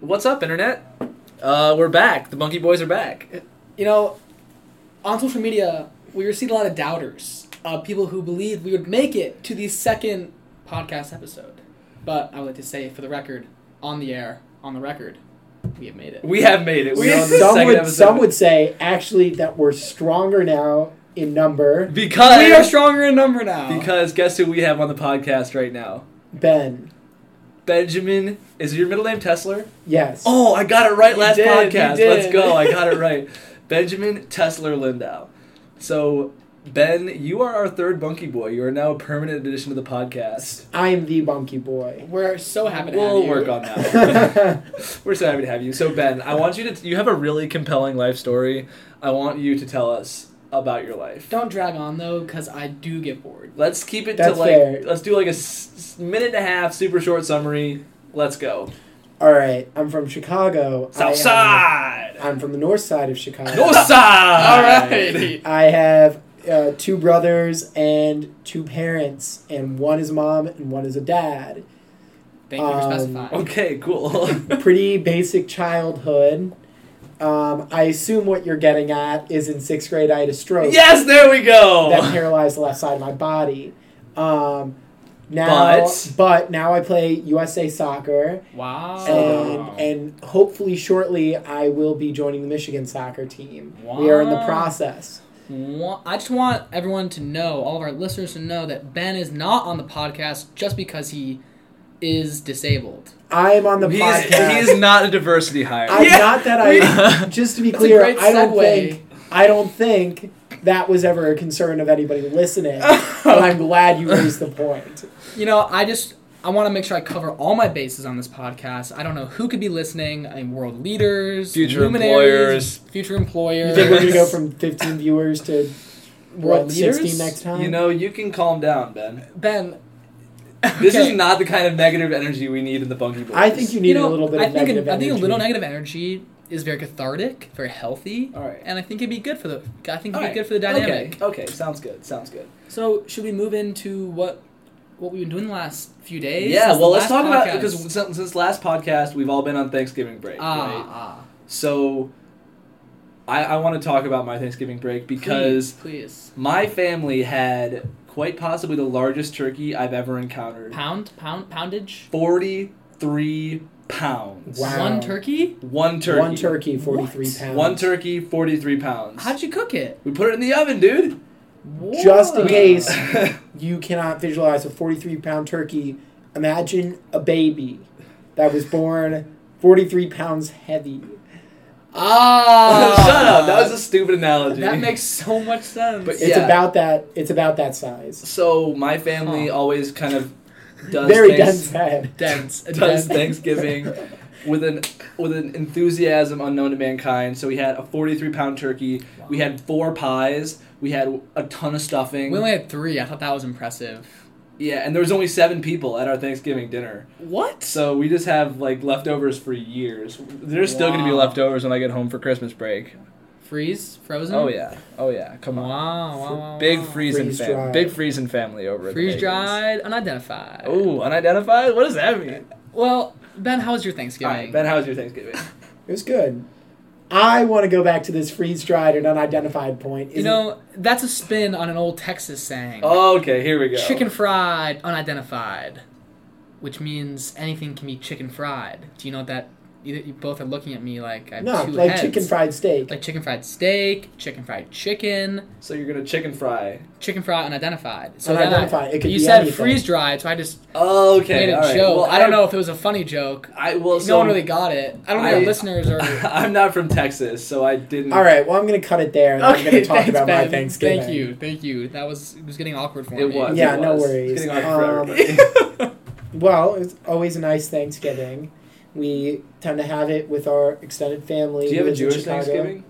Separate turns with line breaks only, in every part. What's up, internet? Uh, we're back. The Monkey Boys are back.
You know, on social media, we received a lot of doubters, uh, people who believed we would make it to the second podcast episode. But I would like to say, for the record, on the air, on the record, we have made it.
We have made it. We're on the
some
second
would
episode.
some would say actually that we're stronger now in number.
because
we are stronger in number now.
because guess who we have on the podcast right now?
Ben,
Benjamin. Is your middle name Tesler?
yes,
Oh, I got it right
You
last
did, you
podcast.
did.
Let's go. I got it right. Benjamin Tesler Lindau. So, Ben, you are our third Bunky Boy. You are now a permanent addition to the podcast.
I am the monkey boy.
we're so happy to
We'll
have you.
work on that. one. We're so happy to have you. So Ben, I want you to. You have a really compelling life story. I want you to tell us about your life.
Don't drag on though, because I do get bored.
Let's keep it
That's
to like.
fair.
Let's do like a s- s- minute and a half, super short summary. Let's go.
All right, I'm from Chicago. I
South
have-
side.
I'm from the north side of Chicago.
North
All
side.
right.
I have uh, two brothers and two parents, and one is mom and one is a dad.
Thank you for
Um,
specifying.
Okay. Cool.
Pretty basic childhood. Um, I assume what you're getting at is in sixth grade I had a stroke
yes. There we
that
go.
paralyzed the left side of my body. Um, now,
But-
but now I play USA soccer.
Wow.
Oh.
and Um, and hopefully shortly I will be joining the Michigan soccer team. We are in the
Wow.
process.
Wa- I just want everyone to know, all of our listeners to know, that Ben is not on the podcast just because he is disabled.
I am on the
He's,
podcast.
he's not a diversity hire.
I'm
Yeah.
not that I. just to be
That's a
clear,
great
I don't
segue.
think I don't think that was ever a concern of anybody listening. but I'm glad you raised the point.
You know, I just I want to make sure I cover all my bases on this podcast. I don't know who could be listening. I mean, world leaders,
Future
luminaries,
employers.
future employers.
You think we're gonna go from 15 viewers to
World
what
leaders?
16 next time?
You know, you can calm down, Ben.
Ben?
This
okay.
is not the kind of negative energy we need in the Bunky Boys.
I think you need
You know,
a little bit
I
of
think
negative
a, I think a
energy.
little negative energy is very cathartic, very healthy,
All right.
and I think it'd be good for the. I think it'd
All
be
right.
good for the dynamic.
Okay. okay. Sounds good. Sounds good.
So should we move into what what we've been doing the last few days?
Yeah,
since the
well, let's
last
talk about
podcast?
because since, since last podcast we've all been on Thanksgiving break,
ah,
right?
ah,
So, I, I want to talk about my Thanksgiving break because
please, please.
my family had quite possibly the largest turkey I've ever encountered
pound pound poundage
forty three pounds.
Wow.
one turkey.
One turkey.
One turkey, 43
What?
pounds.
One turkey. Forty three pounds.
How'd you cook it?
we put it in the oven, dude.
Just in
Whoa.
case. you cannot visualize a 43 pound turkey. Imagine a baby that was born 43 pounds heavy. Oh.
Ah,
Oh, Shut up. That was a stupid analogy.
that makes so much sense.
But
It's
Yeah.
about that. It's about that size.
so my family
Huh.
always kind of does
Oh. Very
things-
dense head.
dense, a
does
dense.
Thanksgiving with an with an enthusiasm unknown to mankind. So we had a 43 pound turkey. We had four pies. We had a ton of stuffing.
We only had three. I thought that was impressive.
yeah, and there was only seven people at our Thanksgiving dinner.
What?
So we just have like leftovers for years. There's still gonna be
Wow.
leftovers when I get home for Christmas break.
Freeze, frozen.
Oh yeah, oh yeah. Come
Wow,
on,
wow, wow, Mm-hmm. wow.
big freezing
Freeze
fam-
dried.
big freezing family over at the
Freeze
Bagans.
dried, unidentified.
Oh, unidentified. What does that mean?
Well, Ben, how was your
All
Thanksgiving?
right, Ben, how was your Thanksgiving?
It was good. I want to go back to this freeze dried and unidentified point.
You know, that's a spin on an old Texas saying.
Oh,
okay, here we go.
Chicken fried, unidentified, which means anything can be chicken fried. Do you know what that? Either you both are looking at me like I have
no,
two
like
heads.
chicken fried steak.
like chicken fried steak, chicken fried chicken,
So you're gonna chicken fry.
chicken fried unidentified. So
Unidentified,
then I-
it could
you
be
said
anything.
freeze dried, so I just
Oh, Okay,
made a
all right.
joke.
Well,
I don't know if it was a funny joke.
I well,
no
so
one really got it. I don't know.
I-
if our listeners are.
I'm not from Texas, so I didn't.
All right. Well, I'm going to cut it there. And I'm going to talk
thanks,
about
ben.
my Thanksgiving.
Thank you, thank you. That was it was getting awkward for
It
me.
was.
Yeah,
it
no
was.
worries.
It's getting awkward for
Um,
everybody.
Well, it's always a nice Thanksgiving. We tend to have it with our extended family.
Do you have
who
a
lives in
Jewish
Chicago.
Thanksgiving?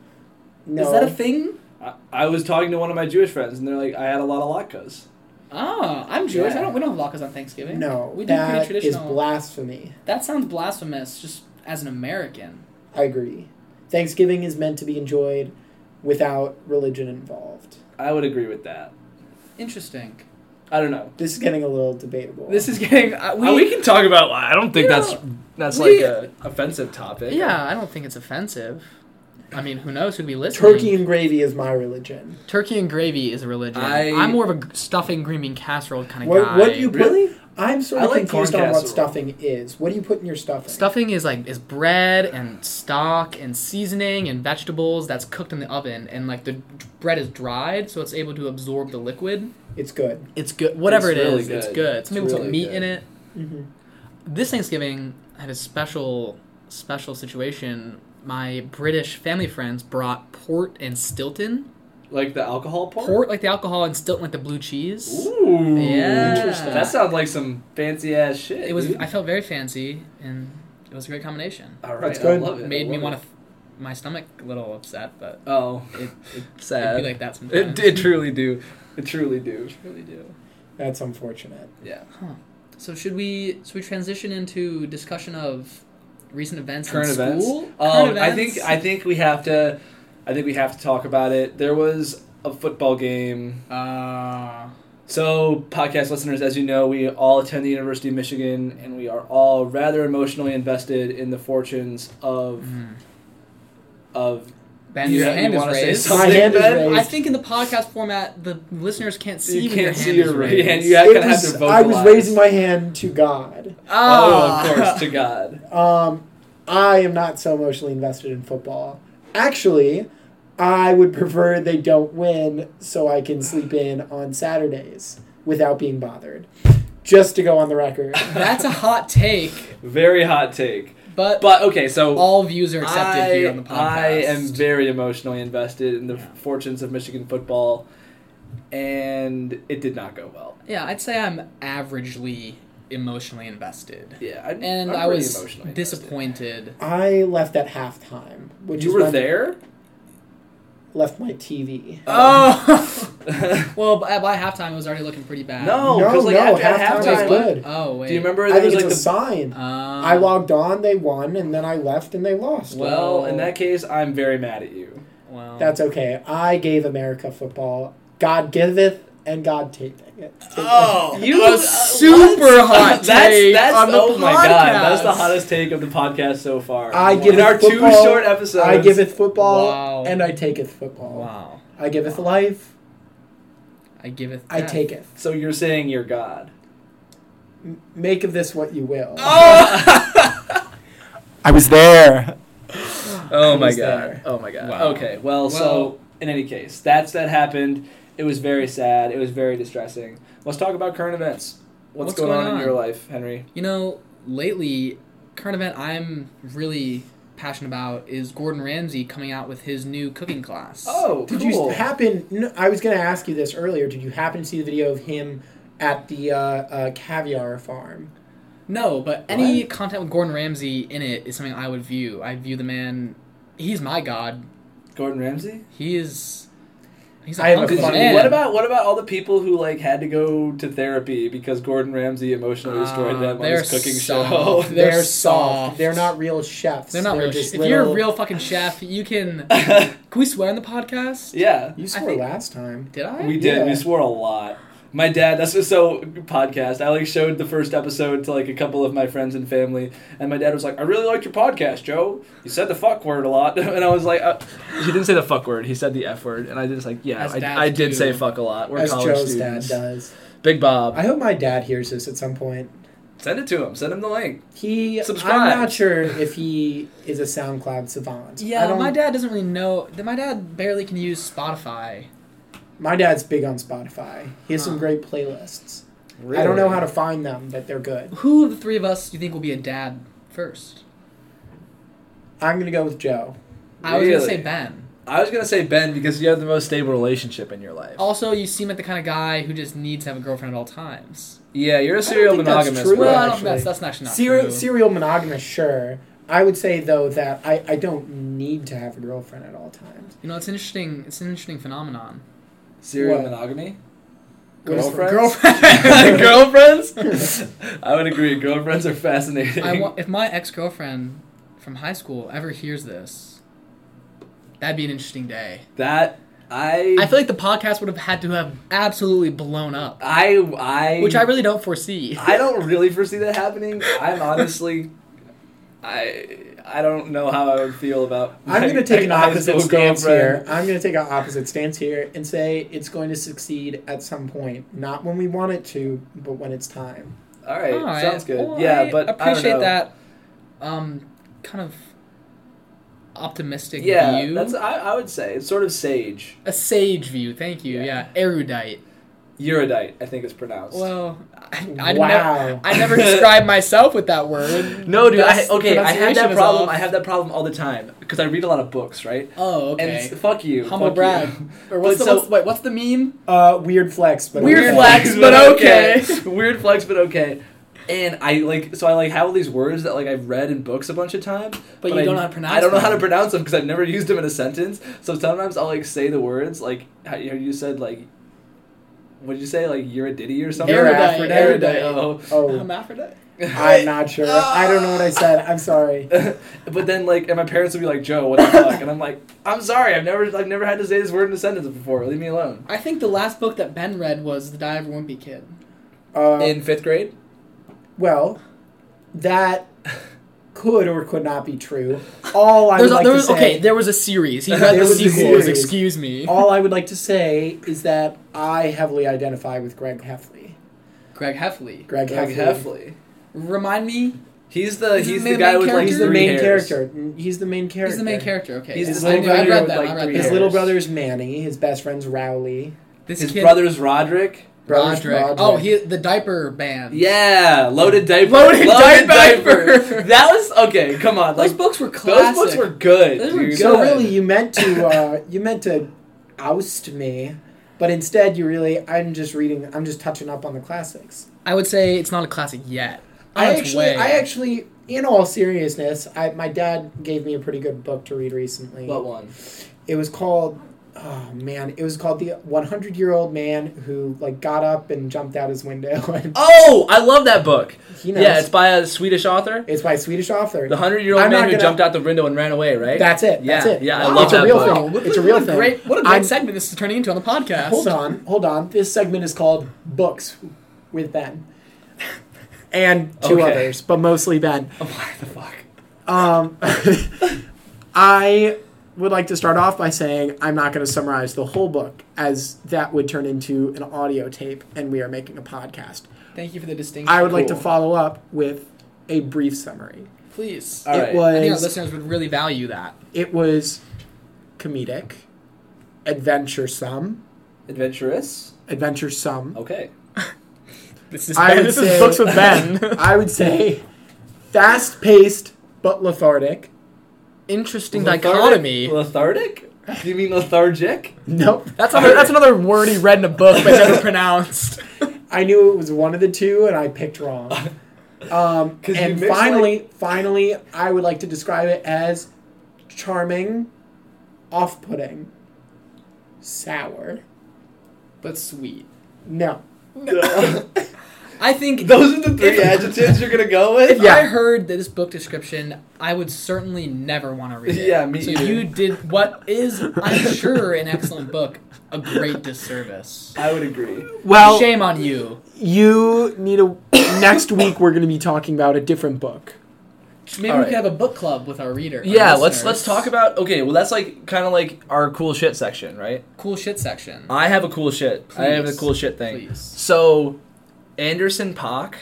No.
Is that a thing?
I, I was talking to one of my Jewish friends, and they're like, "I had a lot of latkes."
Oh, I'm Jewish.
Yeah.
I don't. We don't have latkes on Thanksgiving.
No,
we do pretty
that is
traditional.
blasphemy.
that sounds blasphemous, just as an American.
I agree. Thanksgiving is meant to be enjoyed without religion involved.
I would agree with that.
Interesting.
I don't know.
This is getting a little debatable.
This is getting. Uh, we,
Uh, we can talk about. I don't think
You
that's that's
we-
like a offensive topic.
yeah, I don't think it's offensive. I mean, who knows who'd be listening?
turkey and gravy is my religion.
Turkey and gravy is a religion.
I-
I'm more of a g- stuffing green bean casserole kind of
What,
guy.
what do you put?
Really?
I'm sort
I
of
like
confused
corn
on what
casserole.
stuffing is. What do you put in your stuffing?
Stuffing is like is bread and stock and seasoning and vegetables that's cooked in the oven and like the d- bread is dried so it's able to absorb the liquid.
It's good.
It's good. Whatever
It's
it is,
really
it's
good.
good. Some
It's
people put
really
meat
good.
in it.
Mm-hmm.
This Thanksgiving I had a special special situation. My British family friends brought port and Stilton.
Like the alcohol part.
Port like the alcohol and Stilton like the blue cheese.
Ooh.
Yeah.
Interesting. That sounds like some fancy ass shit.
It was.
dude.
I felt very fancy, and it was a great combination.
All right.
That's
I
good.
love it.
It made
I
me
love
want
it.
to. My stomach a little upset, but
Oh,
it it
sad.
It'd be like that sometimes.
it, it truly do. It truly do.
really do.
That's unfortunate.
Yeah.
So should we should we transition into discussion of recent events
Current
in
events?
school?
Um,
Current
I think I think we have to. I think we have to talk about it. There was a football game.
Uh,
So, podcast listeners, as you know, we all attend the University of Michigan, and we are all rather emotionally invested in the fortunes of of.
Ben,
you,
your
you
hmm. hand is
wanna say
raised.
something,
My hand is
Ben?
raised.
I think in the podcast format, the listeners can't see
You
when your
can't
hand
see
is
your
raised.
hand. You have
It
to have
was-
to
I was
vocalize.
raising my hand to God.
Oh,
Ah.
of course, to God.
Um, I am not so emotionally invested in football. Actually, I would prefer they don't win so I can sleep in on Saturdays without being bothered. Just to go on the record.
That's a hot take,
Very hot take.
but,
But okay, so
all views are accepted
I,
here on the podcast.
I am very emotionally invested in the fortunes of Michigan football, and it did not go well.
Yeah, I'd say I'm averagely emotionally invested.
Yeah, I'm,
And
I'm
i
pretty
was
emotionally invested.
disappointed.
I left at halftime, which
You
is
were
when
there.
I left my TV.
Oh!
no,
well, by, by halftime, it was already looking pretty bad.
No,
because like
no,
after
halftime
halftime,
was
Wait,
good.
what? Oh, wait.
do you remember
I
there
think
was
it's
like Uh-huh.
a
the
sign.
Um,
I logged on, they won, and then I left and they lost.
well? In
Well-
that case, I'm very mad at you.
Well,
That's okay. I gave America football. God giveth and God taketh.
Oh,
You-
a
uh,
super
what?
hot
that's,
take
that's,
on the
oh my god, that's the
podcast.
hottest take of the podcast so far.
I
in
give it
our two
football.
short episodes.
I giveth football
Wow.
and I taketh football.
wow.
I giveth life,
I give it.
I
that.
taketh.
So you're saying you're God?
M- Make of this what you will.
Oh,
I was there.
oh my
Who's
god!
there?
Oh my god!
Wow.
Okay, well,
Well-
so in any case, that's that happened. It was very sad. It was very distressing. Let's talk about current events. What's, going, on, in your life, Henry?
You know, lately, current event I'm really passionate about is Gordon Ramsay coming out with his new cooking class.
Oh,
Did
cool.
you happen? No, I was going to ask you this earlier. Did you happen to see the video of him at the uh, uh, caviar farm?
No, but any content with Gordon Ramsay in it is something I would view. I view the man. He's my god.
Gordon Ramsay?
He is. He's a
I have a
hungry
funny-
Oh, man.
What about what about all the people who like had to go to therapy because Gordon Ramsay emotionally destroyed
Ah,
them on
they're
his cooking
soft.
show?
They're soft.
They're not real chefs.
They're not real.
just
Just if you're a
little-
real fucking chef, you can. Can we swear on the podcast?
yeah,
You
I
swore
think-
last time.
Did I?
we did.
Yeah.
We swore a lot. My dad. That's just so podcast. I like showed the first episode to like a couple of my friends and family, and my dad was like, "I really liked your podcast, Joe. You said the fuck word a lot," and I was like, uh, "He didn't say the fuck word. He said the f word," and I just like, "Yeah,
As dads
I, I did
do.
say fuck a lot. We're
As
college
Joe's
students.
dad does.
Big Bob,
I hope my dad hears this at some point.
send it to him. Send him the link.
He,
Subscribe.
I'm not sure if he is a SoundCloud savant. I
Yeah,
don't-
my dad doesn't really know. th- My dad barely can use Spotify.
My dad's big on Spotify. He has some
Huh.
great playlists. I don't know how to find them, but they're good.
Who of the three of us do you think will be a dad first?
I'm gonna go with Joe.
I was gonna
Really?
say Ben.
I was gonna say Ben because you have the most stable relationship in your life.
Also, you seem like the kind of guy who just needs to have a girlfriend at all times.
Yeah, you're a
don't
serial
think that's
monogamist.
true.
bro.
Well, I don't
actually.
think that's that's actually not
Serial
true.
serial monogamous, sure. I would say though that I, I don't need to have a girlfriend at all times.
you know, it's an interesting. It's an interesting phenomenon.
serial
What?
monogamy.
What is-
Girlfriends?
Girlfriend.
girlfriends? I would agree. Girlfriends are fascinating.
I want, if my ex girlfriend from high school ever hears this, that'd be an interesting day.
that I
I feel like the podcast would have had to have absolutely blown up,
I I
which I really don't foresee.
I don't really foresee that happening. I'm honestly, I I don't know how I would feel about.
I'm going to take an
my
opposite
high school
stance here.
girlfriend.
I'm going to take an opposite stance here and say it's going to succeed at some point. Not when we want it to, but when it's time.
All right,
Alright,
sounds good.
well,
yeah,
I
but I
appreciate
don't know.
that. Um, kind of optimistic
Yeah,
view.
that's I, I would say it's sort of sage,
a sage view. Thank you.
Yeah.
Yeah, erudite.
erudite. I think it's pronounced.
Well, I, I
Wow.
never, I never describe myself with that word.
no, dude. I,
That's-
okay, I have
pronunciation
that
is
problem.
off.
I have that problem all the time because I read a lot of books, right?
Oh,
And
okay.
s- fuck you,
Humble
fuck
brag.
you.
Or
But
what's the,
so-
what's, wait, what's the meme?
Uh, weird flex, but
Weird
okay.
flex. but okay.
Weird flex, but okay. And I like so I like have all these words that like I've read in books a bunch of times,
But you
I-
don't know how to pronounce
I don't know how to
them.
pronounce them because I've never used them in a sentence. So sometimes I'll like say the words like how you, you said like what did you say like you're a ditty or something?
You're a-
Erudite.
Erudite,
Erudite.
oh.
Oh,
Hermaphrodite.
I'm not sure. I don't know what I said. I'm sorry.
but then like and my parents would be like Joe, what the fuck? And I'm like I'm sorry, I've never I've never had to say this word in a sentence before. Leave me alone.
I think the last book that Ben read was The Die of a Wimpy Kid. Um,
Uh,
In fifth grade,
well, that could or could not be true. All I
There's
would
a-
like
there
to
was,
say.
okay, there was Oh. a series. He
There
read the
was a
sequels.
series.
Excuse me.
All I would like to say is that I heavily identify with Greg Heffley.
Greg Heffley.
Greg,
Greg
Heffley.
Heffley.
Remind me.
He's the
He's
he's the
the main
guy with like
He's the
three
main
hairs.
character. He's the main character.
He's the main character. Okay.
He's
his
I,
little
knew, I
brother
read
with,
that.
like,
I
three
read
His
that.
hairs.
little brother is Manny. His best friend's Rowley.
This
His
kid,
brother's Roderick.
Brother's
Roderick.
Roderick.
Oh, he the diaper band.
Yeah, loaded diaper.
Loaded diaper.
that was okay. Come on,
Those
like
books were
those
classic.
books were good.
Those were
dude.
So
Good.
really, you meant to uh, you meant to oust me, but instead you really I'm just reading. I'm just touching up on the classics.
I would say it's not a classic yet.
I
On its
actually,
way.
I actually, in all seriousness, I my dad gave me a pretty good book to read recently.
What one?
it was called oh man it was called the 100 year old man who like got up and jumped out his window and
Oh, I love that book.
he knows
Yeah, it's
it's,
by a Swedish author.
by a swedish author
The hundred-year-old
I'm
man
not
who
gonna-
jumped out the window and ran away. Right.
that's it that's
Yeah,
it
yeah, I
Wow.
love
it's a
that
real
book.
thing
What
it's a
a-
real
what a
thing
Great, what a great
I'm-
segment this is turning into on the podcast.
hold on hold on this segment is called books with ben and two
Okay.
others but mostly ben
Oh, what the fuck?
Um, I would like to start off by saying I'm not going to summarize the whole book, as that would turn into an audio tape, and we are making a podcast.
Thank you for the distinction.
I would like to
Cool.
follow up with a brief summary.
Please.
All
it
right.
I think our
was
listeners would really value that.
it was comedic, adventuresome,
Adventurous.
adventuresome.
Okay.
This is,
I would
this
say-
is books with Ben.
I would say fast-paced but lethargic.
Interesting
Lethargic-
dichotomy.
Lethargic? Do you mean lethargic?
Nope.
That's another, that's another word he read in a book but never pronounced.
I knew it was one of the two, and I picked wrong. Um,
'Cause you
and
mixed,
finally, finally, I would like to describe it as charming, off-putting, sour.
But sweet.
No,
I think
Those are the three
If-
adjectives you're gonna go
if
with.
Yeah.
I heard this book description, I would certainly never want to read it.
Yeah, me
so
either.
you did what is, I'm sure, an excellent book, a great disservice.
I would agree.
well,
Shame on you.
you need a. next week, we're going to be talking about a different book.
Maybe
All
we
right.
could have a book club with our reader. our
Yeah, let's
listeners.
let's talk about. Okay, well that's like kind of like our cool shit section, right?
cool shit section.
I have a cool shit. I have a
Please.
cool shit thing.
Please.
So, Anderson Pock,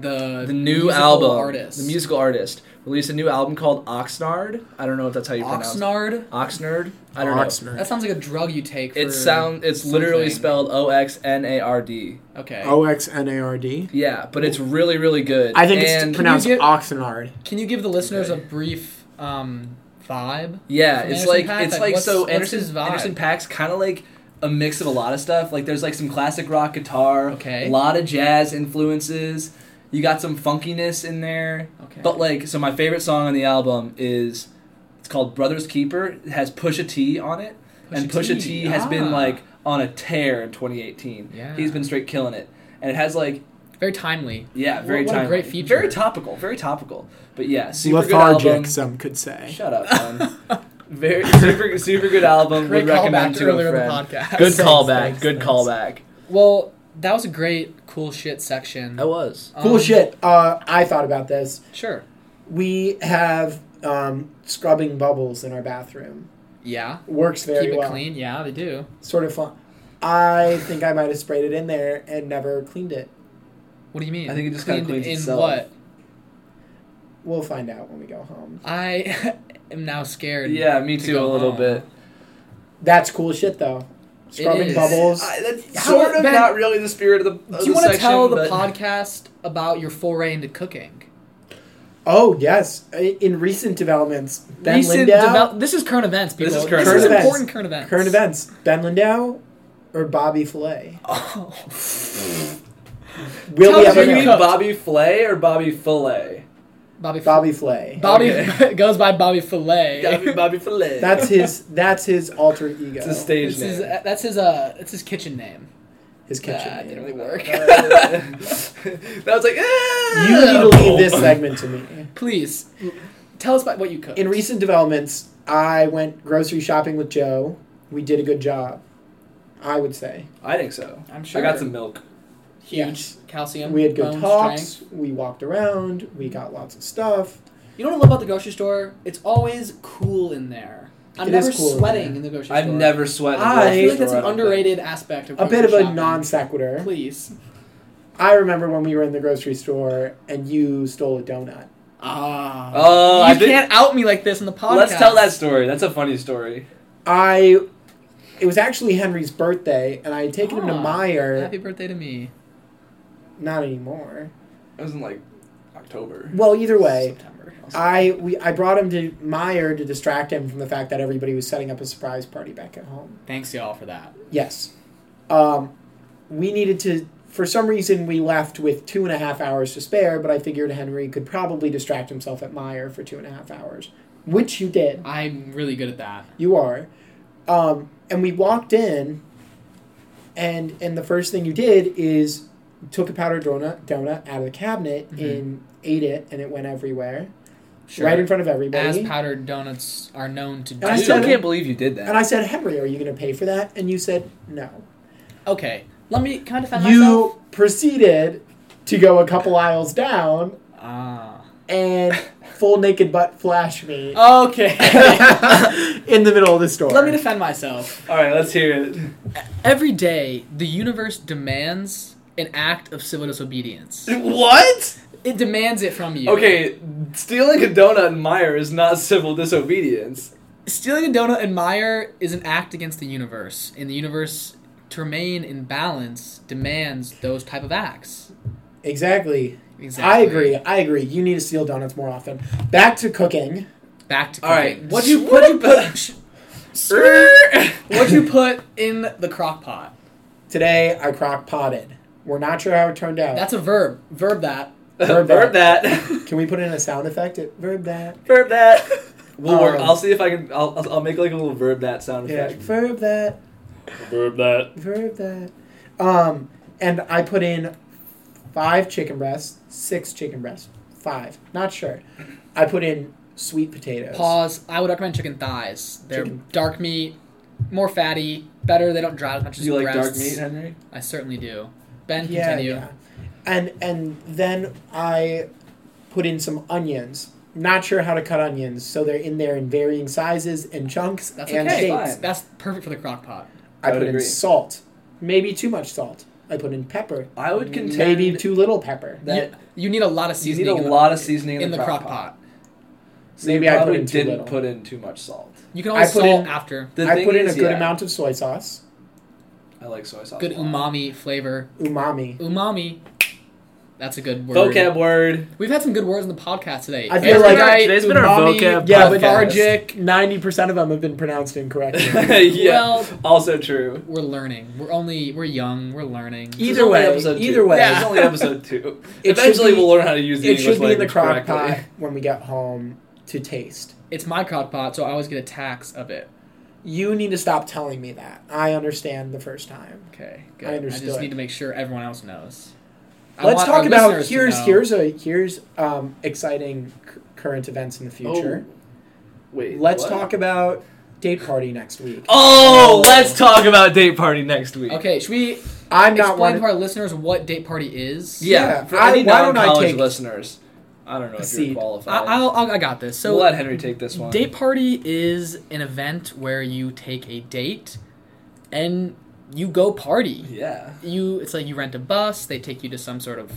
The
the new
musical
album,
artist,
the musical artist, released a new album called Oxnard. I don't know if that's how you pronounce
Oxnard.
it. Oxnard. I don't know.
That sounds like a drug you take. For
It sound. It's literally
something.
spelled O X N A R D.
Okay.
Oh.
O X N A R D.
Yeah, but it's really really good.
I think
and
it's pronounced
Can you get-
Oxnard.
Can you give the listeners
Okay.
a brief um, vibe?
Yeah,
from
it's
Anderson
like
Paak?
it's
Like,
like
what's-
so
what's
Anderson
his vibe?
Anderson Pack's kind of like a mix of a lot of stuff. Like there's like some classic rock guitar,
Okay.
a lot of jazz influences. You got some funkiness in there.
Okay.
But like so my favorite song on the album is it's called Brothers Keeper. It has Pusha T on it. and Pusha T, has been
ah.
like on a tear in 2018.
Yeah.
He's been straight killing it. And it has like
very timely.
yeah, very
what a
timely.
great feature.
Very topical, very topical. But yeah, super good
Lethargic,
album.
some could say.
Shut up, man. Very super super good album.
Great
um, Would recommend
callback
to
earlier
a
in the
friend.
podcast.
Good
Thanks,
callback.
thanks,
good
thanks.
callback.
Well, that was a great cool shit section.
That was.
Um,
Cool shit. Uh, I thought about this.
Sure.
We have um, scrubbing bubbles in our bathroom.
Yeah.
Works very
Keep it
well.
clean. Yeah, they do.
Sort of fun. I think I might have sprayed it in there and never cleaned it.
What do you mean?
I think it just
Cleaned
kinda cleans
in
itself.
what?
We'll find out when we go home.
I am now scared.
Yeah, me
to
too. A
go
little
home.
bit.
That's cool shit, though. Scrubbing
is.
bubbles.
I- that's
So,
sort of
Ben,
not really the spirit of the. Of
Do you
want to
tell the
but...
podcast about your foray into cooking?
Oh yes, I- in recent developments, Ben
Recent
Lindau,
devel- this is current events, people.
This is current
events.
important current events.
current events, Ben Lindau or Bobby Flay.
Oh.
Will
Tell
we
us
Do
ever
you
who
mean
know?
cooked.
Bobby Flay or Bobby Fillet?
Bobby. Bobby.
Bobby Flay.
Bobby
Okay.
goes by Bobby Fillet.
Bobby, Bobby Fillet.
That's his. That's his alter ego.
it's a stage
This is,
name.
uh, that's his uh that's his kitchen name.
his kitchen.
Nah, it didn't
name.
really work.
that was like. "Ah!"
You need to leave this segment to me.
Please tell us about what you cooked.
In recent developments, I went grocery shopping with Joe. We did a good job, I would say.
I think so.
I'm sure
I got some milk.
huge
Yes.
calcium.
We had good
bones,
talks.
strength.
We walked around. We got lots of stuff.
You know what I love about the grocery store? It's always cool in there. I'm
It is
never
cool in
sweating in,
there.
the grocery
I've
store.
never sweated. in a
I-
Ah, I feel like
grocery
that's
store,
an
I don't think.
underrated aspect of
A
grocery
bit of a
shopping.
non sequitur.
Please.
I remember when we were in the grocery store and you stole a donut.
Ah.
Oh,
you
I did-
can't out me like this in the podcast.
Let's tell that story. That's a funny story.
I. It was actually Henry's birthday, and I had taken him to
Ah,
Meyer.
Happy birthday to me.
Not anymore.
It was in like October.
Well, either way,
September.
I we I brought him to Meyer to distract him from the fact that everybody was setting up a surprise party back at home.
Thanks y'all for that.
Yes. Um, we needed to. For some reason, we left with two and a half hours to spare, but I figured Henry could probably distract himself at Meyer for two and a half hours, which you did.
I'm really good at that.
You are. Um, and we walked in, and and the first thing you did is took a powdered donut donut out of the cabinet
Mhm.
and ate it, and it went everywhere, right in front of everybody.
As powdered donuts are known to do.
I
I
still
still
said-
can't
can't
believe you did that.
And I said, Henry, are you going to pay for that? And you said, no.
Okay, let me kind of defend myself.
You proceeded to go a couple aisles down
Ah.
and full naked butt flash me
Okay.
Oh. in the middle of the store.
let me defend myself.
All right, let's hear it.
Every day, the universe demands an act of civil disobedience.
What?
It demands it from you.
Okay, stealing a donut in Meyer is not civil disobedience.
Stealing a donut in Meyer is an act against the universe, and the universe, to remain in balance, demands those type of acts.
exactly.
Exactly.
I agree. I agree. You need to steal donuts more often. Back to cooking.
Back to
All right,
cooking.
what
What'd
you-
you what you
what
put?
Er,
What'd you put in the crock pot?
Today I crock potted. We're not sure how it turned out.
That's a verb. Verb that.
Verb
Verb that.
Can we put in a sound effect? It, verb that.
Verb that. We'll work.
Um,
I'll see if I can. I'll, I'll- I'll make like a little verb that sound
Yeah.
effect.
Verb that.
Verb that.
Verb that. Um, and I put in five chicken breasts, six chicken breasts, five. Not sure. I put in sweet potatoes.
Pause. I would recommend chicken thighs. They're
Chicken.
dark meat, more fatty, better. They don't dry as much
Do
as
you like
breasts.
dark meat, Henry?
I certainly do. Ben,
Yeah,
continue.
yeah. And and then I put in some onions. Not sure how to cut onions, so they're in there in varying sizes and chunks
That's
and
okay.
shapes.
fine.
That's perfect for the crock pot.
I
I would
put in
agree.
salt. Maybe too much salt. I put in pepper.
I would contend
Mm, Maybe too little pepper.
that
you, you need a lot of
you
seasoning.
need a
in the-
lot of seasoning
in,
in,
the crock pot.
So you
Maybe I put
probably
in too
didn't
little.
put in too much salt.
You can
I
always
put
salt
in-
after.
The
I
thing
put in a
is,
good
yeah,
amount of soy sauce.
I like soy sauce.
Good
a lot.
umami flavor.
Umami.
Umami. That's a good word.
Vocab word.
We've had some good words in the podcast today.
I feel
Every
like-
night,
Today's been our
umami,
vocab
Yeah, but-
lethargic.
Ninety percent of them have been pronounced incorrectly.
yeah.
Well-
also true.
We're learning. We're only. We're young. We're learning.
Either
This is only
way,
episode two.
either way.
This is only episode two.
It should
Eventually,
be-
we'll learn how to use the
it
English
should be in the
language
crock pot
correctly.
when we get home to taste.
It's my crock pot, so I always get a tax of it.
You need to stop telling me that. I understand the first time.
Okay,
I
good. just
understood.
need to make sure everyone else knows. I
Let's
want
talk
our
about
listeners to
here's
know.
here's a here's um, exciting c- current events in the future.
Oh, Wait.
Let's
what?
talk about date party next week.
Oh, let's talk about date party next week.
Okay, should we
I'm not
explain
one.
to our listeners what date party is?
Yeah,
Yeah,
for
I-
any
why don't I
non-college
take
listeners, I don't know
a
if
seat?
you're qualified.
I, I'll, I'll, I got this. So
we'll let Henry take this one.
Date party is an event where you take a date and you go party.
Yeah.
You it's like you rent a bus, they take you to some sort of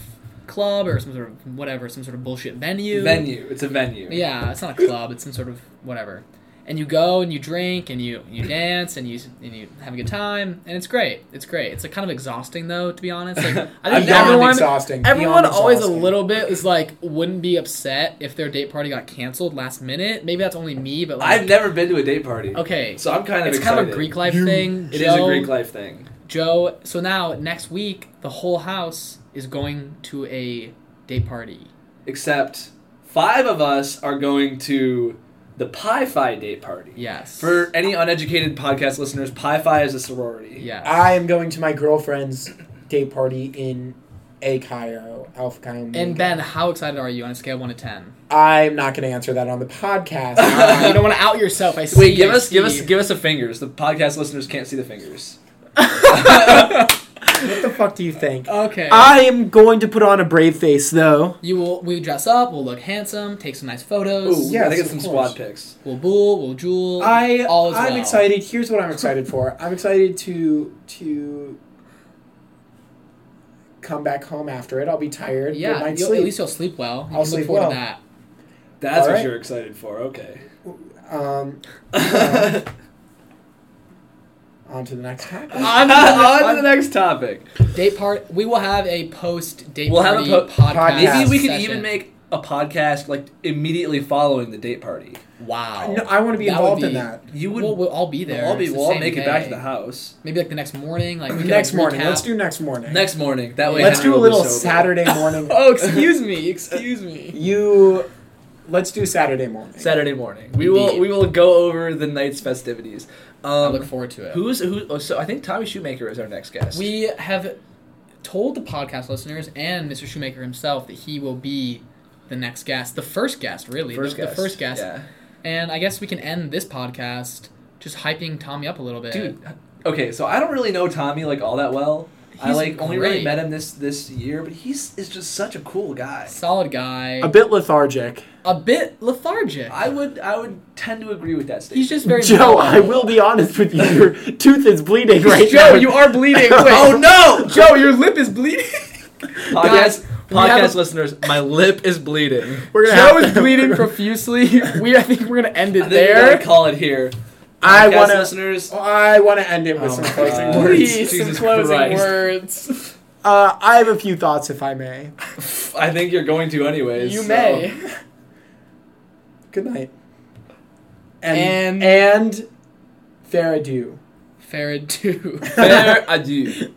club or some sort of whatever, some sort of bullshit venue.
Venue. It's a venue.
Yeah, it's not a club, it's some sort of whatever. And you go and you drink and you you dance and you and you have a good time and it's great. It's great. It's like kind of exhausting though, to be honest. Like I
Beyond
think everyone
exhausting.
Everyone
Beyond
always a
exhausting.
little bit is like wouldn't be upset if their date party got canceled last minute. Maybe that's only me, but like
I've never been to a date party.
okay,
So I'm kind of
it's
excited.
kind of a Greek life
You-
thing.
It is
Joe,
a Greek life thing.
Joe. So now next week, the whole house is going to a date party.
Except five of us are going to the Pi Phi date party.
Yes.
For any uneducated podcast listeners, Pi Phi is a sorority.
yes.
I am going to my girlfriend's date party in A Cairo, Alpha Chi Omega.
and Ben, how excited are you on a scale of one to ten?
I'm not going to answer that on the podcast. Uh,
you
I-
don't want to out yourself. I see.
Wait, give
I
us, give us,
see.
give us the fingers. The podcast listeners can't see the fingers.
what the fuck do you think?
okay.
Uh,
I am going to put on a brave face, though.
you will. We dress up. We'll look handsome. Take some nice photos.
Ooh,
Yes,
yeah, I think
of
some
course.
squad picks.
We'll bool. We'll jewel.
I
all is
I'm
well.
excited. Here's what I'm excited for. I'm excited to to come back home after it. I'll be tired.
Yeah.
Good night's
you'll-
sleep.
At least you'll sleep well. You
I'll
can look
sleep
forward
well.
to that.
That's what
Alright.
you're excited for. Okay.
um, on to the next topic.
Uh,
on, to the, on to the next topic.
Date part. We will have a post date
We'll have a
party
po-
podcast.
podcast.
Maybe we could
session.
even make a podcast like immediately following the date party.
Wow.
No, I want to be
That would
involved in
be-
that.
You would.
we'll, we'll all be there.
we'll all be.
It's the
We'll all
same
make it back
day.
to the house
Maybe like the next morning, like we can,
Next
like,
morning.
recap.
Let's do next morning.
next morning. That way,
Let's
Henry
do a
will be
little
sober.
Saturday morning.
Oh, excuse me, excuse me.
you. Let's do Saturday morning.
Saturday morning. We will.
Indeed.
We will go over the night's festivities.
I
Um,
look forward to it.
who's who? oh, So I think Tommy Shoemaker is our next guest.
We have told the podcast listeners and Mr. Shoemaker himself that he will be the next guest, the first guest, really,
first
the,
guest.
the first guest.
Yeah.
And I guess we can end this podcast just hyping Tommy up a little bit.
Dude. Okay, so I don't really know Tommy like all that well. I
He's
like only really
great.
met him this this year, but he's is just such a cool guy.
solid guy,
A bit lethargic.
a bit lethargic.
I would I would tend to agree with that statement.
He's just very
Joe, I
mellow.
will be honest with you. Your tooth is bleeding right
Joe,
now.
you are bleeding. Wait.
Oh no!
Joe, your lip is bleeding.
Podcast,
Guys, we have
podcast
a-
listeners, my lip is bleeding.
We're gonna
Joe
have-
is bleeding profusely. We, I think we're gonna end
I
it
think we gotta
there.
call it here.
I
Podcast
want to.
listeners.
I want to end it with
Oh
some
my
closing
God.
words.
Please,
Jesus
some closing
Christ.
words.
Uh, I have a few thoughts, if I may.
I think you're going to anyways.
you
so-
may.
Good night.
And-
and, and fair adieu.
Farad too.
Fair adieu.